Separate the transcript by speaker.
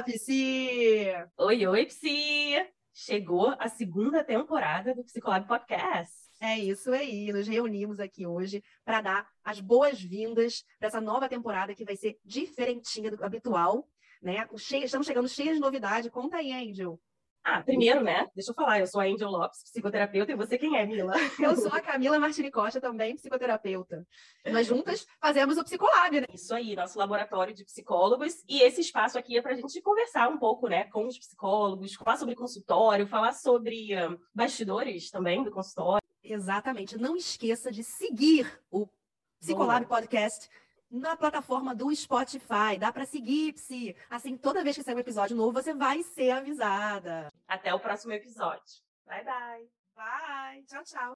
Speaker 1: Psi!
Speaker 2: Oi, oi, Psi! Chegou a segunda temporada do Psicolab Podcast.
Speaker 1: É isso aí. Nos reunimos aqui hoje para dar as boas-vindas para essa nova temporada que vai ser diferentinha do habitual. Né? Cheio- estamos chegando cheias de novidade. Conta aí, Angel.
Speaker 2: Ah, primeiro, né? Deixa eu falar, eu sou a Angel Lopes, psicoterapeuta, e você quem é, Mila?
Speaker 1: Eu sou a Camila Martini Costa, também psicoterapeuta. Nós juntas fazemos o Psicolab, né?
Speaker 2: Isso aí, nosso laboratório de psicólogos. E esse espaço aqui é para a gente conversar um pouco, né, com os psicólogos, falar sobre consultório, falar sobre ah, bastidores também do consultório.
Speaker 1: Exatamente. Não esqueça de seguir o Psicolab Podcast na plataforma do Spotify. Dá para seguir, Psi. Assim, toda vez que sair um episódio novo, você vai ser avisada.
Speaker 2: Até o próximo episódio. Bye, bye!
Speaker 1: Bye. Tchau, tchau.